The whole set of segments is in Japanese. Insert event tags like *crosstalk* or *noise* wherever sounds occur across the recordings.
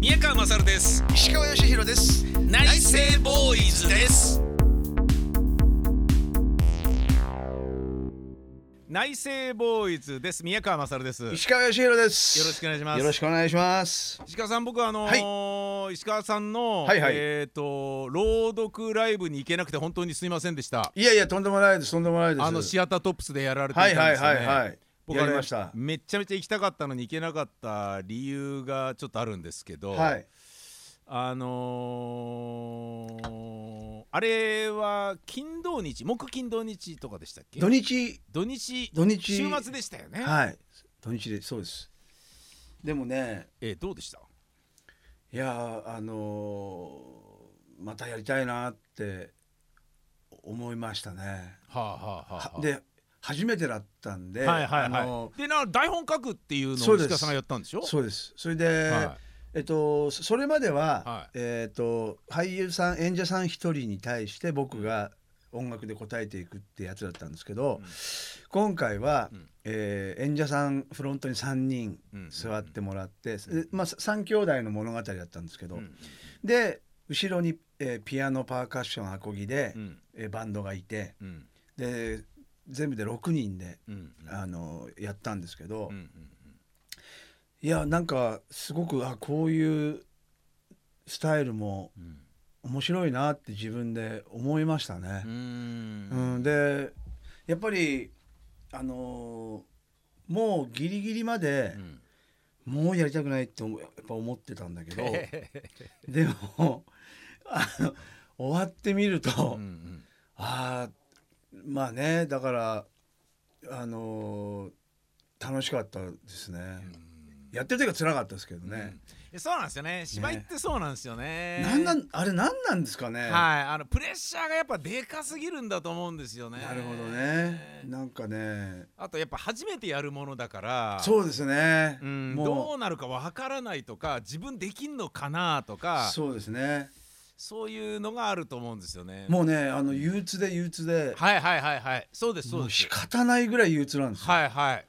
宮川勝です石川義弘です内政ボーイズです内政ボーイズです宮川勝ですよ石川義弘ですろしくお願いしますよろしくお願いします石川さん僕あのー石川さんの、はいはいえっ、と朗読ライブに行けなくて本当にすいませんでしたいやいやとんでもないですとんでもないですあのシアタートップスでやられていたはんでいすよはねいはいはい僕はやねりましためっちゃめちゃ行きたかったのに行けなかった理由がちょっとあるんですけど、はいあのーあれは金土日木金土日とかでしたっけ土日土日土日週末でしたよね、はい土日でそうですでもねえーどうでしたいやあのーまたやりたいなって思いましたねはあはあはあはあで初めてだったんではいはいあのはいでな台本書くっていうのそをうです石川さんがやったんでしょそうですそれで、はえっと、そそれまでは、はいえっと俳優さん演者さん一人に対して僕が音楽で答えていくってやつだったんですけど、うん今回は、うんえー演者さんフロントに3人いうん座ってもらって、でまあ、3兄弟の物語だったんですけうど、んうんで後ろに、えーピアノパーカッションアコギで、うんえーバンドがいてうんで全部で6人で、うんあのやったんですけど。うんうんいやなんかすごくあこういうスタイルもうん面白いなって自分で思いましたねう。んうんでやっぱりあのーもうギリギリまでう、んもうやりたくないって思やっぱ思ってたんだけどう *laughs* でもあの終わってみると、んうんああまあねだからあのー楽しかったですね。やってる時は辛かったですけどね。うん、そうなんですよね芝居ってそうなんですよねなんなんあれ何なんですかね。はいあのプレッシャーがやっぱでかすぎるんだと思うんですよねなるほどね。なんかね。あとやっぱ初めてやるものだからそうですね。んどもうなるかわからないとか自分できんのかなとうかそうそうですね。いうのがあると思うんですよねもうねあの憂鬱で憂鬱で、はいはいはいはいそうですそうもうです仕方ないぐらい憂鬱なんですよ。はいはい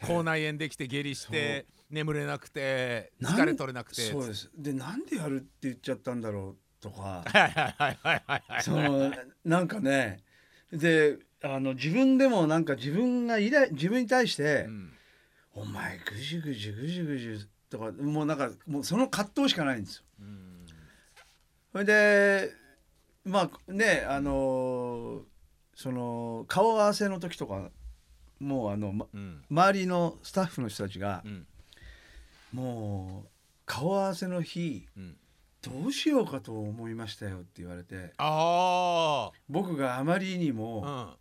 口内炎できて下痢して眠れなくてなん疲れ取れなくて、そうです。でなんでやるって言っちゃったんだろうとはかいはいはいはいはいはいそのなんかね。であの自分でもなんか自分がイライ自分に対して、うんお前ぐじゅぐじゅぐじゅぐじゅとかもうなんかもうその葛藤しかないんですよ。うんそれでまあねあのーその顔合わせの時とかもうあの、ま、うん周りのスタッフの人たちがう、んもう顔合わせの日うんどうしようかと思いましたよって言われてあ僕があまりにあ、も、うん、は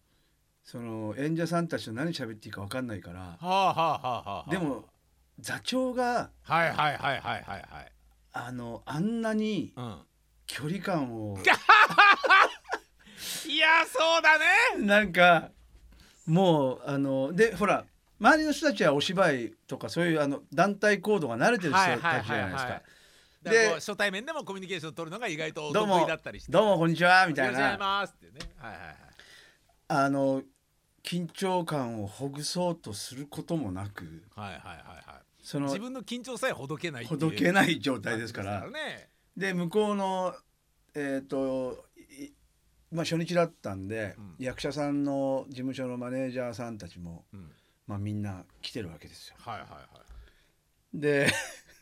その演者さんたちと何喋っていいか分かんないからあ、はあはあはあ。で、も座長がはいはいはいはいはいはい。あのあんなにう距離感 *laughs* をん。いや、そうだね。 *laughs* なんかもうあのでほら周りの人たちはお芝居とかそういうあの団体行動が慣れてる人たちじゃないですか。だからこうで初対面でもコミュニケーション取るのが意外とおどう得も意だったりして。どうもこんにちはみよたろいしくお願いしなますってね。はいはいはい。あの緊張感をほぐそうとすることもなくはいはいはいはい。その自分の緊張さえほどけないっていほう。どけない状態ですか感らじ。ね。で向こうのえっ、といまあ初日だったんで、うん役者さんの事務所のマネージャーさんたちも、うん。まあ、みんな来てるわけですよ。はいはいはい。で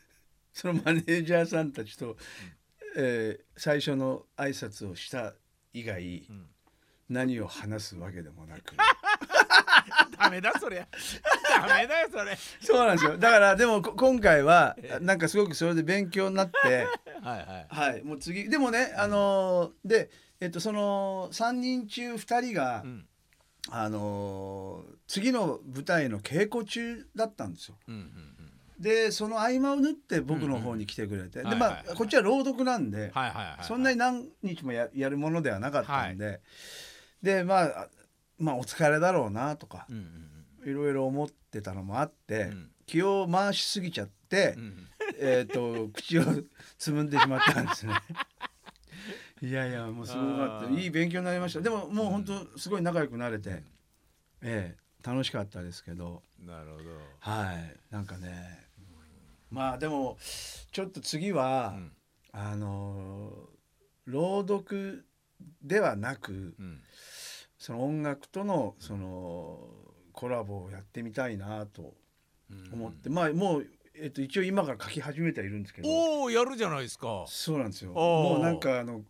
*laughs* そのマネージャーさんたちと、えー最初の挨拶をした以外うん。何を話すわけでもなくダメだそれ。ダメだよそれ。 *laughs* そうなんですよだからでもこ今回はええなんかすごくそれで勉強になってはいはい。 *laughs* はいもう次でもねあのーで、えっと、その3人中2人が、うんあのー次の舞台の稽古中だったんですよ。うんうんうん。でその合間を縫って僕の方に来てくれて、うんうんではいまあ、はいはいこっちは朗読なんで、はいはいはいはい。そんなに何日もややるものではなかったんで、でまああまあお疲れだろうなとかうんうんいろいろ思ってたのもあって、うん。うん気を回しすぎちゃって、うん。えっ、と口をつむんでしまった *laughs* んですね。いやいやもうすごかあったーいい勉強になりましたでももう本当すごい仲良くなれて、ええ楽しかったですけどなるほど。はいなんかねまあでもちょっと次は、うんあのー朗読ではなくうんその音楽とのそのコラボをやってみたいなとうん思って、まあもう、えっと、一応今から書き始めてはいるんですけどおおやるじゃないですかそうなんですよーもうなんかあの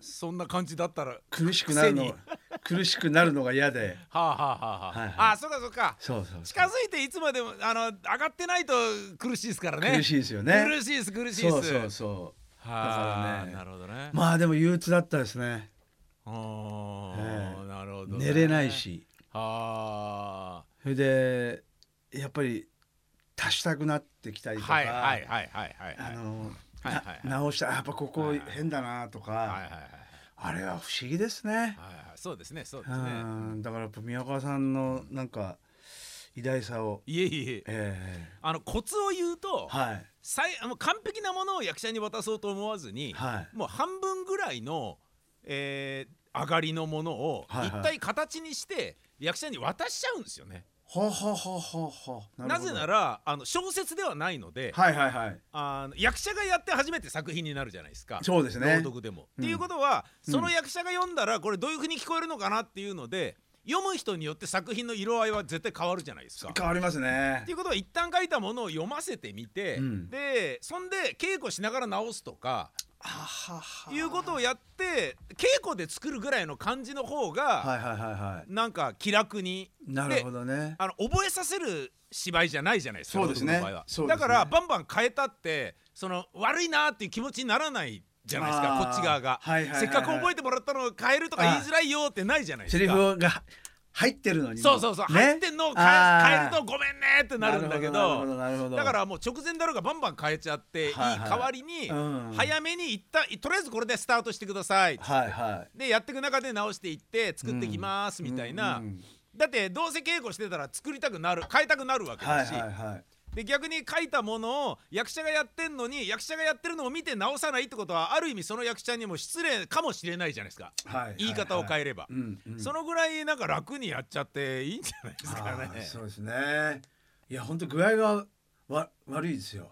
そんな感じだったらは苦しくなるのく苦しくなるのが嫌であはあはあ、はいはいあそっかそっかそうそうそう近づいていつまでもあの上がってないと苦しいですからね苦しいですよね苦しいです苦しいですそうそうそうはだからあ、ねなるほどね、まあでも憂鬱だったですねあえー、なるほど、ね、寝れないしはそれでやっぱり足したくなってきたありとか、はいはいはいはいはいあの、はいはいはいな直したらやっぱここはいはい変だなとか、はいはいはいあれは不思議ですね。はいはいそうですねそうでうすねんだからやっぱ宮川さんのなんか偉大さを、いえいえええあのコツを言うと、はいさいもう完璧なものを役者に渡そうと思わずに、はいもう半分ぐらいの、えー上がりのものをはいはい一体形にして役者に渡しちゃうんですよね。ほうほうほうほうほうなぜなららあの小説ではないので、はいはいはいあの役者がやって初めて作品になるじゃないですか。そうです朗ね読でも。うっんていうことは、うんその役者が読んだらこれどういうふうに聞こえるのかなっていうので読む人によって作品の色合いは絶対変わるじゃないですか。変わりますねっていうことは一旦書いたものを読ませてみて、うんでそんで稽古しながら直すとかはははいうことをやって稽古で作るぐらいの感じの方が、はいはいはいはなんか気楽にいなるほどねあの覚えさせる芝居じゃないじゃないですかそうですね僕の場合はそうですだねからバンバン変えたってその悪いなーっていう気持ちにならないじゃないですあかーこっち側が、はいはいはいはいせっかく覚えてもらったのを変えるとか言いづらいよってないじゃないですセかリフが入ってるのにそうそうそう、入ってんのを変えあー変えるとごめんねってなるんだけなるほどどなるほどだからもう直前だろうがバンバン変えちゃっていいはいはい代わりにうん早めに一旦とりあえずこれでスタートしてくださいはいはでやっていく中で直していってい作ってきますみたいなうんうんだってどうせ稽古してたら作りたくなる変えたくなるわけはいだしはいはいで逆に書いたものを役者がやってんのに役者がやってるのを見て直さないってことはある意味その役者にも失礼かもしれないじゃないですかはいはい言い方を変えればう。んうんそのぐらいなんか楽にやっちゃっていいんじゃないですかあーね。そうですね。いや本当具合がわ悪いですよ。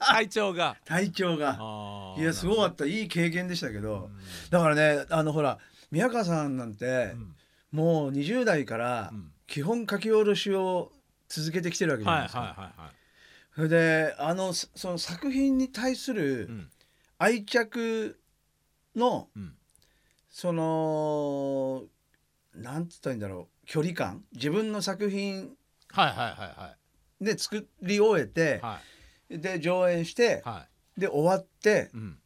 体調 *laughs* が。体調が。あーいやすごかったいい経験でしたけど。だからねあのほら宮川さんなんて、うんもう20代からうん基本書き下ろしを続けてきてるわけじゃはいなはいいですか。はいはそれであのそその作品に対すい。るうん愛着のうんそのなんつったらいいんだろう距離感自分の作品はいはいはで作り終えいて、はい。はいで上演して、はで終わってい。うん。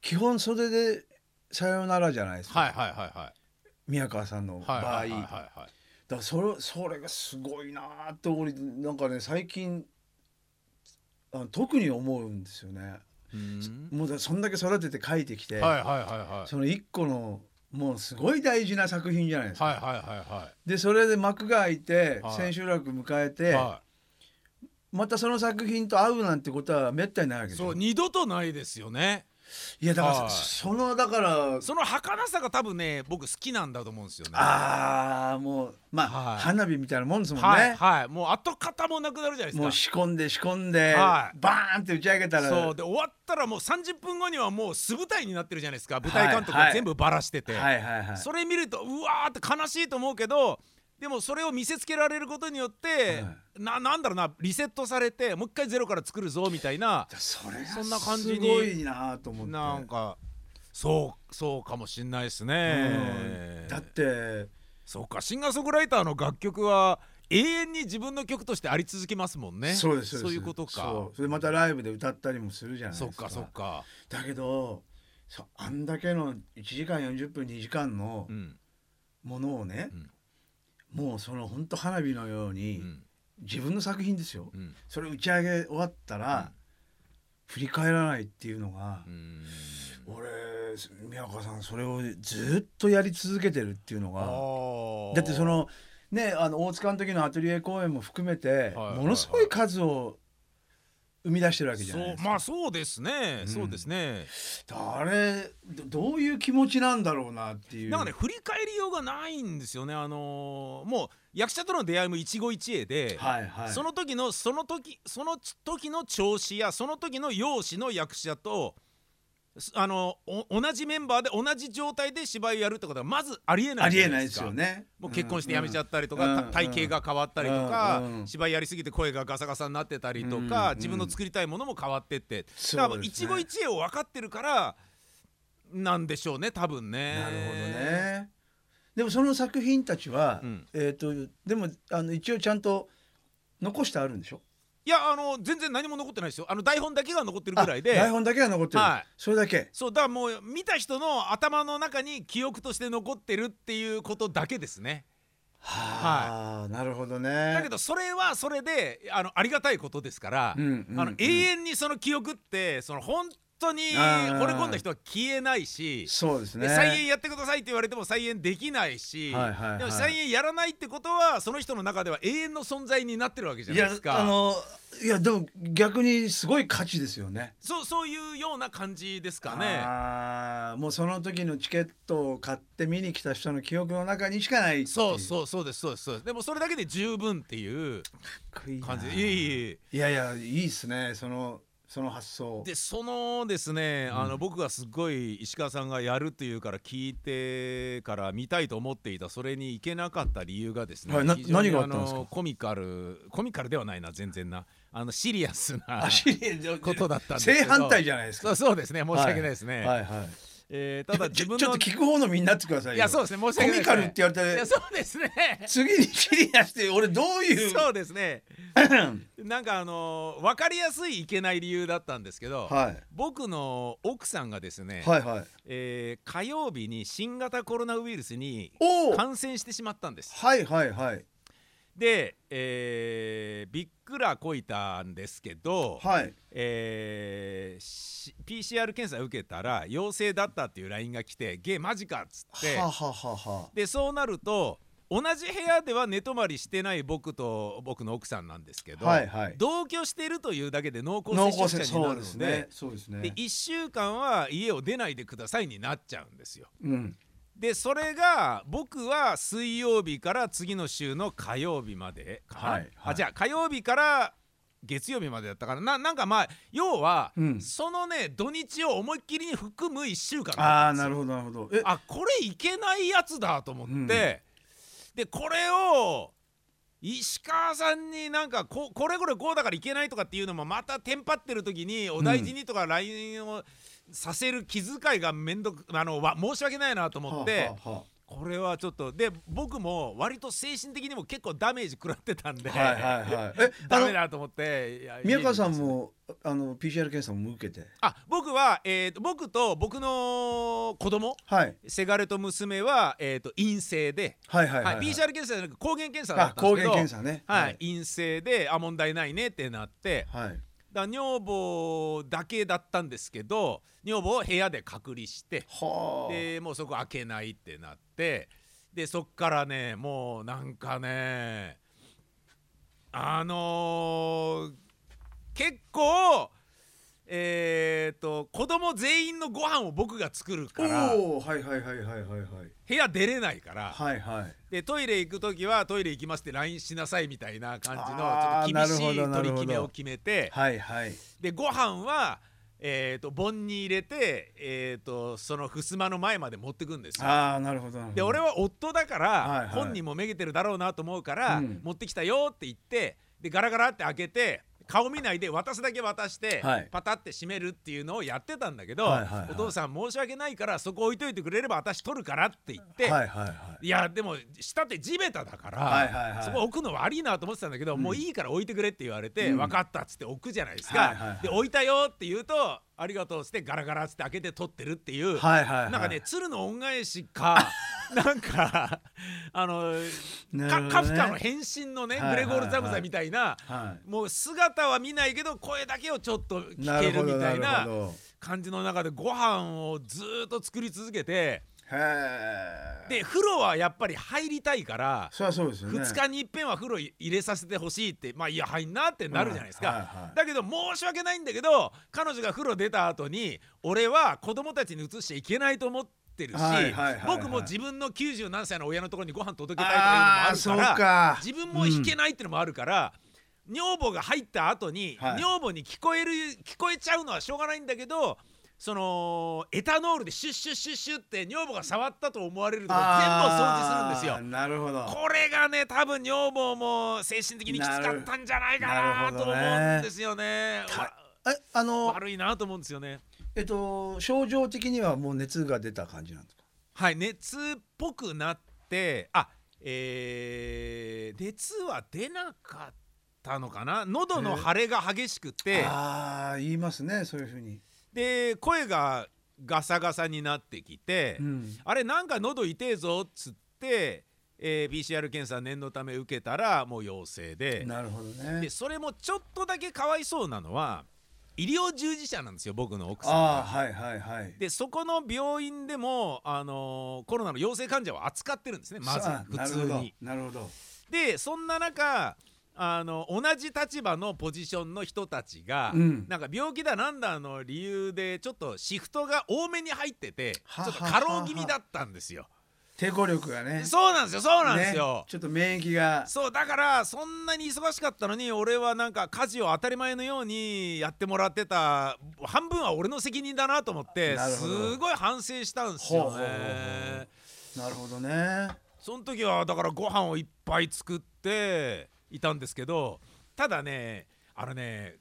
基本それで「さよなら」じゃないですか、はいはいはいはい。宮川さんの場合、はいはいはいだかはい。らそれそれがすごいなーって俺なんかね最近あの特に思うんですよね、うんもうだそんだけ育てて書いてきて、はいはいはいはい。その一個のもうすごい大事な作品じゃないですか、はいはいはいはでそれで幕が開いてはい千秋楽迎えて、い。はまたその作品と会うなんてことはめったにないわけい。ですそうよ二度とないですよね。いやだからそ、はいそのだからその儚さが多分ね僕好きなんだと思うんですよね。ああもうまあ、はい花火みたいなもんですもんね、はいはい。もう跡形もなくなるじゃないですか。もう仕込んで仕込んで、はいバーンって打ち上げたらそうで終わったらもう30分後にはもう素舞台になってるじゃないですか舞台監督はいはがい全部バラしてて、はいはいはいそれ見るとうわーって悲しいと思うけどでもそれを見せつけられることによって、はななんだろうなリセットされてもう一回ゼロから作るぞみたいなそれがそんな感じにすごいなと思ってなんかそうそうかもしんないですねうん。だってそうかシンガーソングライターの楽曲は永遠に自分の曲としてあり続けますもんね。そうですそうですいうことかそう。それでまたライブで歌ったりもするじゃないそでっすかかそっか。だけどそうあんだけの1時間40分2時間のうんものをねう、んもうその本当花火のよううに、ん自分の作品ですよ、うんそれ打ち上げ終わったら、振り返らないっていうのがう、ん俺宮川さんそれをずっとやり続けてるっていうのがだってそののねあの大塚の時のアトリエ公演も含めて、はいものすごい数を生み出してるわけじゃそないでうすか、まあそうですね、うんそうですねあれどどういう気持ちなんだろうなっていうなんかね振り返りようがないんですよねあのーもう役者との出会いも一期一会で、はいはいその時のその時その時の調子やその時の容姿の役者とすあのお同じメンバーで同じ状態で芝居をやるってことはまずありえないありじえゃないでですすかよねもう結婚して辞めちゃっったりとか、うんた体型が変わったりとか、うんうん芝居やりすぎて声がガサガサになってたりとうんか、うん自分の作りたいものも変わってって、そうですねだからもう一期一会を分かってるからなんでしょうね多分ね。なるほどねでもその作品たちは、うんえっ、とでもあの一応ちゃんと残してあるんでしょいやあの全然何も残ってないですよあの台本だけが残ってるぐらいであ台本だけが残ってる、はいそれだけそうだからもう見た人の頭の中に記憶として残ってるっていうことだけですねはあ、なるほどねだけどそれはそれであのありがたいことですから、うんうんうんあの永遠にその記憶ってその本当にあー惚れ込んだ人は消えないし、そうですねで再演やってくださいって言われても再演できないし、はいはいはいでも再演やらないってことはその人の中では永遠の存在になってるわけじゃいないやですかあのいやでも逆にすごい価値ですよねそうそういうような感じですかねあーもうその時のチケットを買って見に来た人の記憶の中にしかないそううそうそうですそうですそうですでもそれだけで十分っていう感じでいえいえいえいやいやいいっすねそのその発想でそのですね、あの僕がすごい石川さんがやるというから聞いてから見たいと思っていたそれに行けなかった理由がですね、はいな非常に何があったんですかのコミカルコミカルではないな全然なあのシリアスなあシリーズことだったんですけど正反対じゃないですそかうそうですね申し訳ないですね、はいはいえーただち自ょ分ちょっのと聞く方のみんなってくださいよいやそうですね申し訳ないですねコミカルって言わいれやてそうですね次にシリアスって俺どういうそうですねなんかあの分かりやすいいけない理由だったんですけど、はい僕の奥さんがですね、はいはいえー火曜日に新型コロナウイルスにおお感染してしまったんですはいはいはいで、えーびっくらこいたんですけど、はいえーし PCR 検査受けたら陽性だったっていう LINE が来て「ゲーマジか」っつってははははでそうなると同じ部屋では寝泊まりしてない僕と僕の奥さんなんですけど、はいはい同居しているというだけで濃厚濃接厚触接者にそなるうでのすでねそうですねで1週間は家を出ないでくださいになっちゃうんですよ。うんでそれが僕は水曜日から次の週の火曜日までかな、はいはいあじゃあ火曜日から月曜日までだったからななんかまあ要は、うんそのね土日を思いっきりに含む1週間だあったあんですなよるほどなるほどえあこれいけないやつだと思って、うんでこれを石川さんになんかここれこれこうだからいけないとかっていうのもまたテンパってる時にお大事にとか LINE をさせる気遣いがめんどくあのわ申し訳ないなと思って、はあはこれはちょっとで僕も割と精神的にも結構ダメージ食らってたんで、あはいはいはいえ *laughs* ダメあのだと思っていや宮川さん家に行きましたもあの PCR 検査も受けてあ僕は、えーと僕と僕の子供はいせがれと娘は、えー、と陰性で、はいははいはいいはい PCR 検査じゃなく抗原検査だあったん抗ですけ原ど検査ねはい陰性であ問題ないねってなってはいだから女房だけだったんですけど女房を部屋で隔離してはあでもうそこ開けないってなってでそっからねもうなんかねあのー結構えっ、と子供全員のご飯を僕が作るからおおはいはいはいはいはいはい部屋出れないから。はいはいでトイレ行く時はトイレ行きますって LINE しなさいみたいな感じあーのちょっと厳しなるいほどな取るりほど決めを決めてはいはいでご飯はえー、と盆に入れて、えー、とその襖の前まで持ってくんですよ。ああなるほどなるほどで俺は夫だから、はいはい本人もめげてるだろうなと思うから、うん持ってきたよって言ってでガラガラって開けて顔見ないで渡すだけ渡して、はいパタって閉めるっていうのをやってたんだけど、はいはいはいお父さん申し訳ないからそこ置いといてくれれば私取るからって言って、はいはいはいいやでも下って地べただから、はいはいはいそこ置くの悪いなと思ってたんだけど、もういいから置いてくれって言われて、うん分かったっつって置くじゃないですか、はいはいはいで置いたよって言うとありがとうっつってガラガラっつって開けて取ってるっていう、はいはいはいなん *laughs* かね鶴の恩返しかなんかあの、なるほかどねカフカの変身のね、はいはいはいグレゴール・ザムザみたいな、はもう姿は見ないけど声だけをちょっとい聞けるみたいなるほど感じの中でご飯をずーっと作り続けてへえで風呂はやっぱり入りたいからそりゃそうですよね2日に一遍は風呂入れさせてほしいってまあいや入んなってなるじゃないですか、はいはいはいだけど申し訳ないんだけど彼女が風呂出た後に俺は子供たちに移しちゃいけないと思ってるし、はいはいはいはい僕も自分の90何歳の親のところにご飯届けたいというのもあああるそかうらか自分も弾けないっていうのもあるから、女房が入った後に、はい女房に聞こえる聞こえちゃうのはしょうがないんだけどそのエタノールでシュッシュッシュッシュッって女房が触ったと思われるとこ全部を掃除するんですよあー。なるほどこれがね多分女房も精神的にきつかったんじゃないかななると思うんですよねたわえあの悪いなと思うんですよねえっと症状的にはもう熱が出た感じなんですかはい熱っぽくなってあえー、熱は出なかったのかな喉の腫れが激しくて、ああ言いますねそういうふうに、で声がガサガサになってきて、うんあれなんか喉痛えぞっつって、えー PCR 検査念のため受けたらもう陽性でなるほどねでそれもちょっとだけかわいそうなのは医療従事者なんですよ僕の奥さんああは。はいはいはいでそこの病院でも、あのーコロナの陽性患者を扱ってるんですねまずさあ普通に。なるほどなるほどでそんな中あの同じ立場のポジションの人たちが、うんなんか病気だなんだの理由でちょっとシフトが多めに入っててちょはっとは過は労気味だったんですよ。抵抗力がねそうなんですよそうなんですねよ。ちょっと免疫がそうだからそんなに忙しかったのに俺はなんか家事を当たり前のようにやってもらってた半分は俺の責任だなと思ってなるほどすごい反省したんですよほうほうほうほねう。なるほどねその時はだからご飯をいっぱい作っていたんですけどただねあのね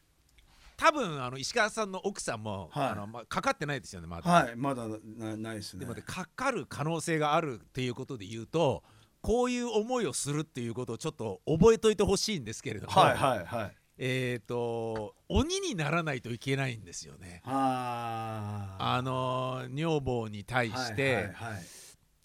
多分あの石川さんの奥さんも、はいあのまあ、かかってないですよねまだ。はいまだなないですねでもねかかる可能性があるっていうことで言うとこういう思いをするっていうことをちょっと覚えといてほしいんですけれども、はいはいはいえー、と鬼にならないといけないんですよね。ああのー女房に対ーはいして、はいはい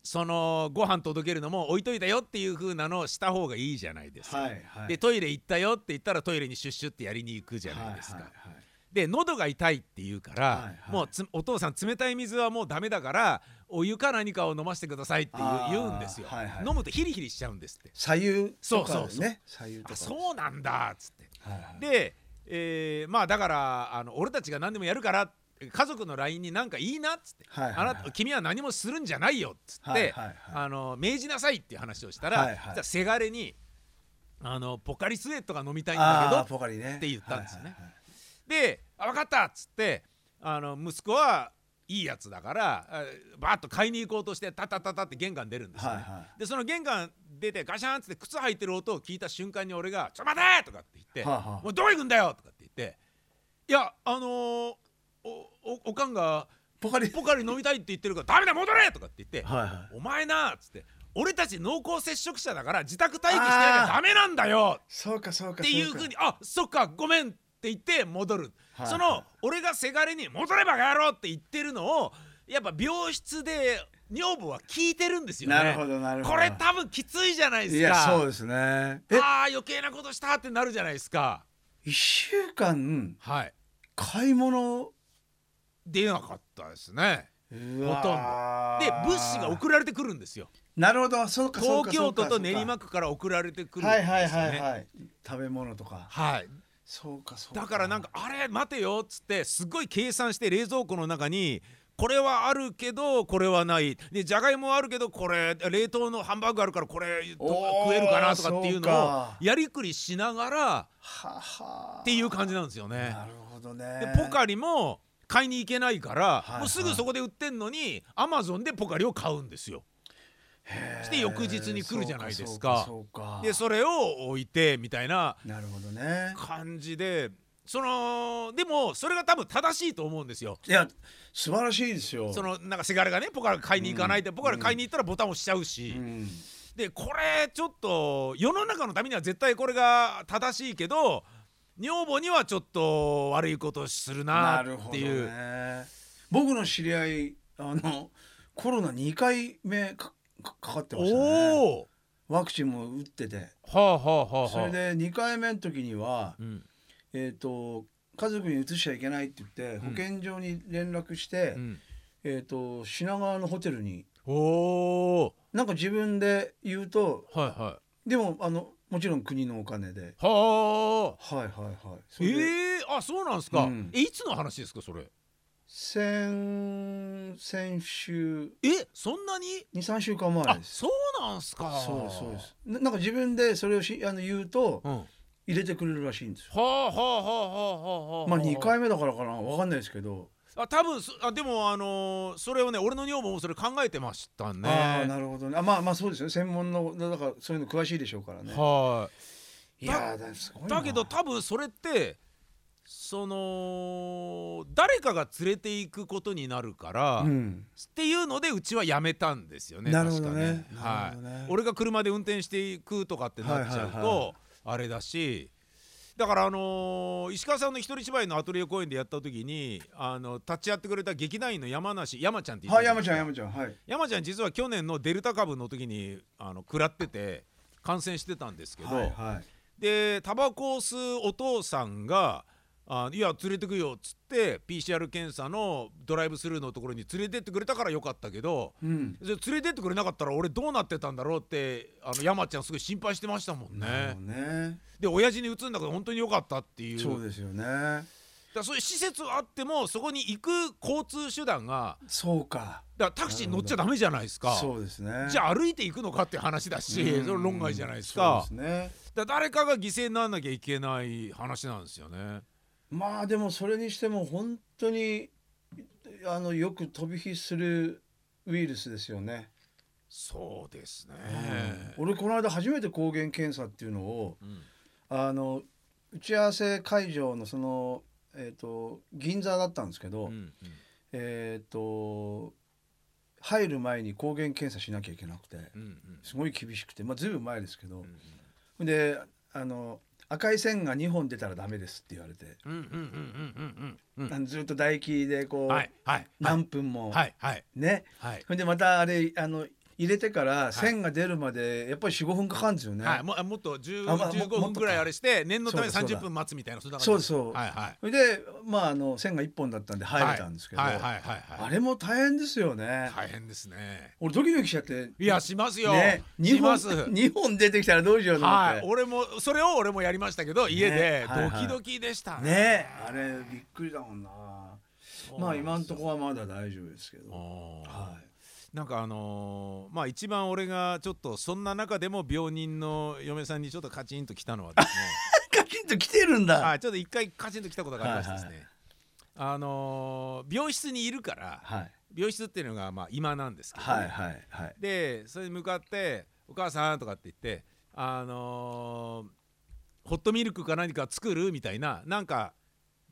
そのご飯届けるのも置いといたよっていう風なのをした方がいいじゃないですか。はいはいでトイレ行ったよって言ったらトイレにシュッシュってやりに行くじゃないですか。はいはいはいで喉が痛いって言うから、はいはいもうつお父さん冷たい水はもうダメだからお湯か何かを飲ませてくださいって言うあー言うんですよ、はいはい飲むとヒリヒリしちゃうんですって。左右とそうそかうそうね左右とかあそうなんだっつって。はいはいで、えーまあだからあの俺たちが何でもやるから家族の LINE になんかいいなっつって、はいはいはいあなた君は何もするんじゃないよっつって、はいはいはいあの命じなさいっていう話をしたら、はいはいじゃあせがれにあのポカリスエットが飲みたいんだけあどあポカリねって言ったんですよねはいはいで「あ分かった」っつってあの息子はいいやつだからあバーッと買いに行こうとしてタタタタって玄関出るんですよね、はいはでその玄関出てガシャンっつって靴履いてる音を聞いた瞬間に俺が「ちょ待て!」とかって言って「はあはあもうどこ行くんだよ!」とかって言って「いやあのーおおおかんがポカリポカリ飲みたいって言ってるからダメだ戻れ!」とかって言って「はいはいお前な」っつって「俺たち濃厚接触者だから自宅待機してなきゃダメなんだよ!」そうかそうかっていうそふうかに「あそっかごめん」って言って戻る、はいその俺がせがれに「戻ればやろう」って言ってるのをやっぱ病室で女房は聞いてるんですよね。なるほどなるほどこれ多分きついじゃないですか。いやそうですねえああ余計なことしたってなるじゃないですか。一週間はい。買い物出なかったですね。ほとんほとんど。で物資が送られてくるんですよ。なるほどそうかそうか東京都そうかそうとか練馬区から送られてくるんですはいよね。はいはいはい食べ物とかはい。そうかそうかだからなんか「あれ待てよ」っつってすごい計算して冷蔵庫の中にこれはあるけどこれはないでじゃがいもはあるけどこれ冷凍のハンバーグあるからこれどうおー食えるかなとかっていうそのをうかやりくりしながらははっていう感じなんですよね。なるほどねでポカリも買いに行けないから、はいもうすぐそこで売ってんのにアマゾンでポカリを買うんですよ。へーして翌日に来るじゃないですかそうかそうかでそれを置いてみたいななるほどね感じでそのでもそれが多分正しいと思うんですよ。いや素晴らしいですよそのなんかせがれがねポカリ買いに行かないで、ポカリ買いに行ったらボタン押しちゃうし、うんでこれちょっと世の中のためには絶対これが正しいけど女房にはちょっと悪いことするななるっほてどいう、ね僕の知り合いあのコロナ2回目かかかかってましたねおおワクチンも打っててはあはあはあはあそれで2回目の時にはうんえっ、と家族に移しちゃいけないって言って保健所に連絡して、うんえっ、と品川のホテルにおおなんか自分で言うとーはいはいでもあのもちろん国のお金ではあはいはいはいそえれでえあそうなんですか、うんえいつの話ですかそれ先先週えそんなに23週間前あですそうなんすかそうそうですななんか自分でそれをしあの言うとうんは入れてくれるらしいんですよあはあはあはあはあはあまあ2回目だからかなわかんないですけどあ多分そあでもあのーそれをね俺の女房もそれ考えてましたねああなるほどねあまあまあそうですよね専門のだからそういうの詳しいでしょうからねはいやーだすごいいなだけど多分それってその誰かが連れていくことになるから、うっんていうのでうちはやめたんですよねなるほどね確かねなるほどはねい、俺が車で運転していくとかってなっちゃうと、はいはいはあれだしだからあのー石川さんの一人芝居のアトリエ公演でやった時にあの立ち会ってくれた劇団員の山梨山ちゃんって言っはたいじゃな山いですちかゃん山ちゃんはい山ちゃん実は去年のデルタ株の時にあの食らってて感染してたんですけど、はいはいでタバコを吸うお父さんが「あいや連れてくよ」っつって PCR 検査のドライブスルーのところに連れてってくれたからよかったけどうんじゃあ連れてってくれなかったら俺どうなってたんだろうってあの山ちゃんすごい心配してましたもんなるねほ。どねで親父にうつんだから本当によかったっていうそうですよねだからそういう施設はあってもそこに行く交通手段がそうかだからタクシーに乗っちゃダメじゃないですか。そうですねじあゃあ歩いていくのかって話だし、それ論外じゃないですかそうですねだから誰かが犠牲にならなきゃいけない話なんですよねまあでもそれにしても本当にあのよく飛び火するウイルスですよね、そうですね、俺この間初めて抗原検査っていうのをうんあの打ち合わせ会場のそのえっ、と銀座だったんですけど、うんえっ、と入る前に抗原検査しなきゃいけなくてうんうんすごい厳しくてまあずいぶん前ですけど、んであの赤い線が2本出たらダメですって言われて、うんうんうんうんうんうんあのずっと唾液でこう、はいはいはい何分も、はいはいねはいほんでまたあれあの入れてから線が出るまでやっぱり45分かかるんですよね、はい、もあもっと10あまあも15分ぐらいあれして念のためそうだそうだ30分待つみたいなそんな感じそうですそうはいはいそれでまああの線が1本だったんで入れたんですけど、はいはいはいはいはいあれも大変ですよね、大変ですね俺ドキドキしちゃっていやしますよ、ねし2ま本す *laughs* 2本出てきたらどうしようと思っはいて、俺もそれを俺もやりましたけど家ではいはいドキドキでしたねねあれびっくりだもんなそうなまあんですよ今んとこはまだ大丈夫ですけど、あはーなんかあのーまあ一番俺がちょっとそんな中でも病人の嫁さんにちょっとカチンときたのはです *laughs* ねい、カチンと来てるんだあーちょっと一回カチンときたことがありましてですね、はいはあのー病室にいるからはい病室っていうのがまあ今なんですけどね、はいはいはいでそれに向かって「お母さん」とかって言って「あのーホットミルクか何か作る?」みたいななんか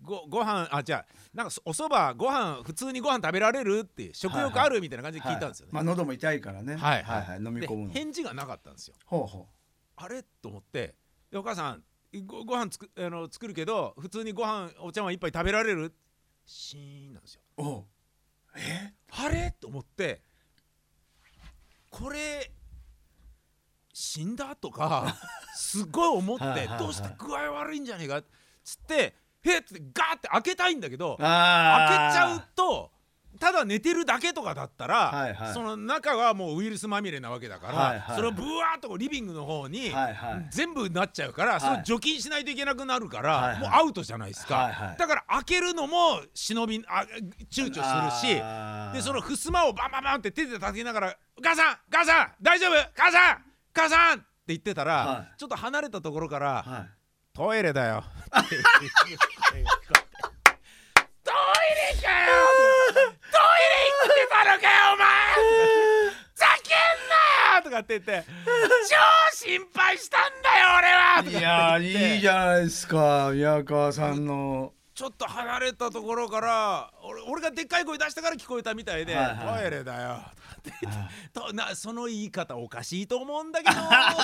ごご飯あじゃあなんかそおそばご飯普通にご飯食べられるって食欲あるみたいな感じで聞いたんですよね。はいまあ喉も痛いからね。はいはいはい飲み込むので。返事がなかったんですよ。ほうほあれと思ってでお母さんごご飯つくあの作るけど普通にご飯お茶碗一杯食べられるシーンなんですよ。う。おう。え？あれと思ってこれ死んだとかすごい思ってはいはいはいどうして具合悪いんじゃねえかっつってへっつってガーって開けたいんだけど開けちあゃうとただ寝てるだけとかだったら、はいはいその中はもうウイルスまみれなわけだから、はいはいそれをブワーッとこうリビングの方にはいはい。全部なっちゃうから、いそれ除菌しないといけなくなるから、はいはいもうアウトじゃないですか、はいはいだから開けるのも忍びあ躊躇するしあーでその襖をバンバンバンって手で叩きながら「お母さん母さん大丈夫母さん母さん!」って言ってたら、はちょっと離れたところから「はトイレだよ」って言ってトイレかよトイレ行ってたのかよお前ざけんなよ!」とかって言って「超心配したんだよ俺は!」とい。いかやって言ってーいいじゃないですか宮川さんの。ちょっと離れたところから俺俺がでっかい声出したから聞こえたみたいで「はいはいトイレだよ」とかって言ってとなその言い方おかしいと思うんだ *laughs* けど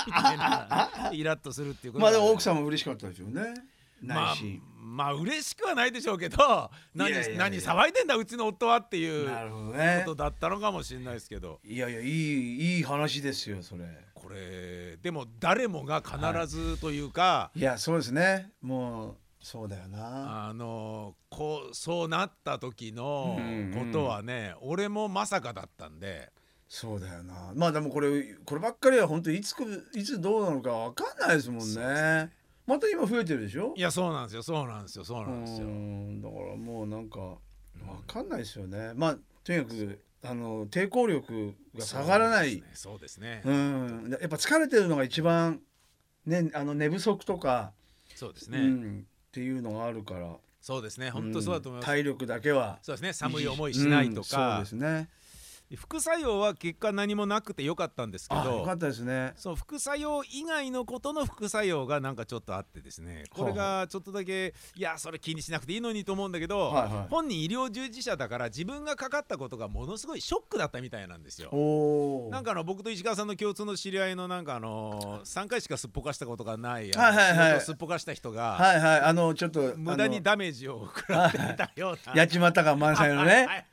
みたいなイラッとするっていうことまあでも奥んさんも嬉しかったでしょうね。ま内あ心。、まあ嬉しくはないでしょうけど何いやいやいや何騒いでんだうちの夫はっていうなるほどこねと。だったのかもしれないですけどいやいやいいいい話ですよそれ。これでも誰もが必ずというか、いやそうですね。もうそうだよな。あのこうそうなった時のうんうんことはね、俺もまさかだったんでそうだよなまあでもこれこればっかりは本当いつくいつどうなのかわかんないですもんそうねですねまた今増えてるでしょいやそうなんですよそうなんですよそうなんですよう。んだからもうなんかわかんないですよねまあとにかくあの抵抗力が下がらないそうですね。そううですねんやっぱ疲れてるのが一番ねあの寝不足とか、そうですうね。ん、っていうのがあるからそうですね。本当そうだと思います。体力だけはそうですね。寒い思いしないとうかん、そうですね副作用は結果何もなくてよかったんですけあよど。かったですねそう副作用以外のことの副作用がなんかちょっとあってですねこれがちょっとだけいやそれ気にしなくていいのにと思うんだけど、はいはい本人医療従事者だから自分がかかったことがものすごいショックだったみたいなんですよ。おおなんかあの僕と石川さんの共通の知り合いのなんかあの3回しかすっぽかしたことがないあのはいはい仕事はいをすっぽかした人がはいはいあのちょっと無駄にダメージを食らっていたようあなのやっちまった感満載のねはいはいはい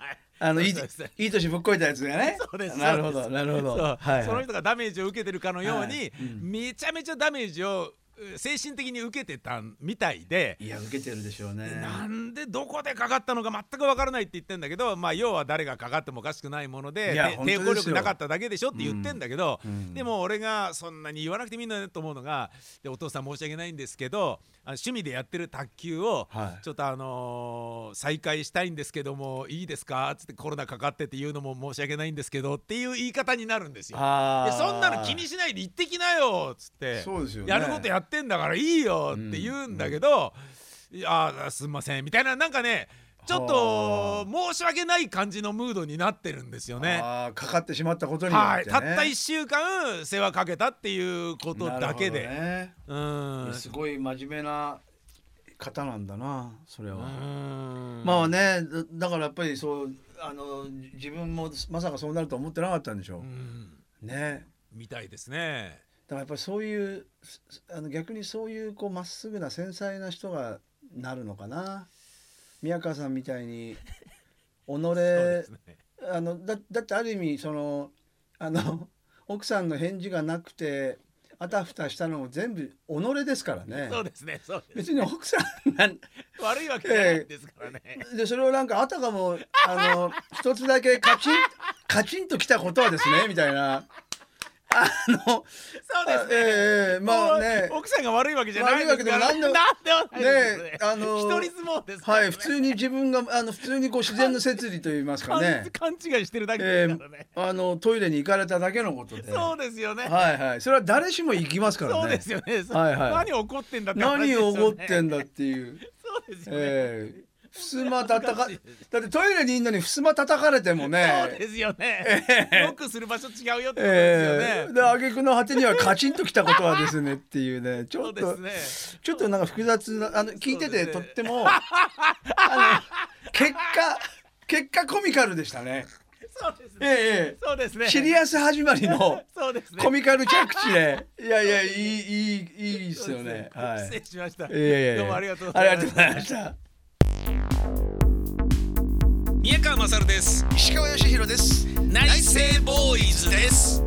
あのいいそうですそうですいい年ぶっこいたやつがねそうですなるほそどうですなるほどそうはいそはのい人がダメージを受けてるかのように、はいうんめちゃめちゃダメージをう精神的に受けてたみたいで。いや受けてるでしょうねなんでどこでかかったのか全く分からないって言ってんだけど、まあ、要は誰がかかってもおかしくないものでいやて本当で抵すよ抗力なかっただけでしょって言ってんだけど、うんでも俺がそんなに言わなくてもいいんだねと思うのがでお父さん申し訳ないんですけどあ趣味でやってる卓球をはいちょっとあのー再開したいんですけどもいいですかつってコロナかかってって言うのも申し訳ないんですけどっていう言い方になるんですよ。あでーそんなの気にしないで行ってきなよっつってそうですよねやることやってんだからいいよって言うんだけど、いやーすんませんみたいななんかねちょっと申し訳ない感じのムードになってるんですよね。あーかかってしまったことによっはい、てねたった1週間世話かけたっていうことだけで、なるほどうねいんやすごい真面目な方なんだなそれは、うんまあねだだからやっぱりそうあの自分もまさかそうなると思ってなかったんでしょうう、んねみたいですね。だからやっぱりそういうすすあの逆にそういうこうまっすぐな繊細な人がなるのかな宮川さんみたいに己、そうですねあのだだってある意味そのあの奥さんの返事がなくてあたふたしたのも全部己ですからねそうですね。そうです別に奥さんなん悪いわけじゃないですからね。でそれをなんかあたかもあの一つだけカチンカチンときたことはですねみたいなあのそうあですね。ええええまあねもう奥さんが悪いわけじゃないですから悪いわけでも *laughs* なんでもないですねねあの一人相撲ですからねはい普通に自分があの普通にこう自然の摂理と言いますか勘ね、勘違いしてるだけえですからねえ、あのトイレに行かれただけのことでそうですよね、はいはいそれは誰しも行きますからねそうですよね、そうはいはい何怒ってんだって話です何よ、をね、怒ってんだっていう、 *laughs* そうですよね、ええふすまたたか恥ずかだってトイレにいんのにふすま叩かれてもねそうですよね、よくする場所違うよってことですえよえね、で挙句の果てにはカチンときたことはですねっていうねちそょうっでと、すねちょっとなんか複雑なあの聞いてそうですてとねっても、あの結果結果コミカルでしたね。そうですえね、ええそうですえねシリアス始まりのそうですねコミカル着 *laughs* 地で、いやいやいいいいいいですよね。はい。失礼しました、いやいやいやどうもありがとうごあざりいがましたとうございました。宮川勝です石川義弘です。内政ボーイズです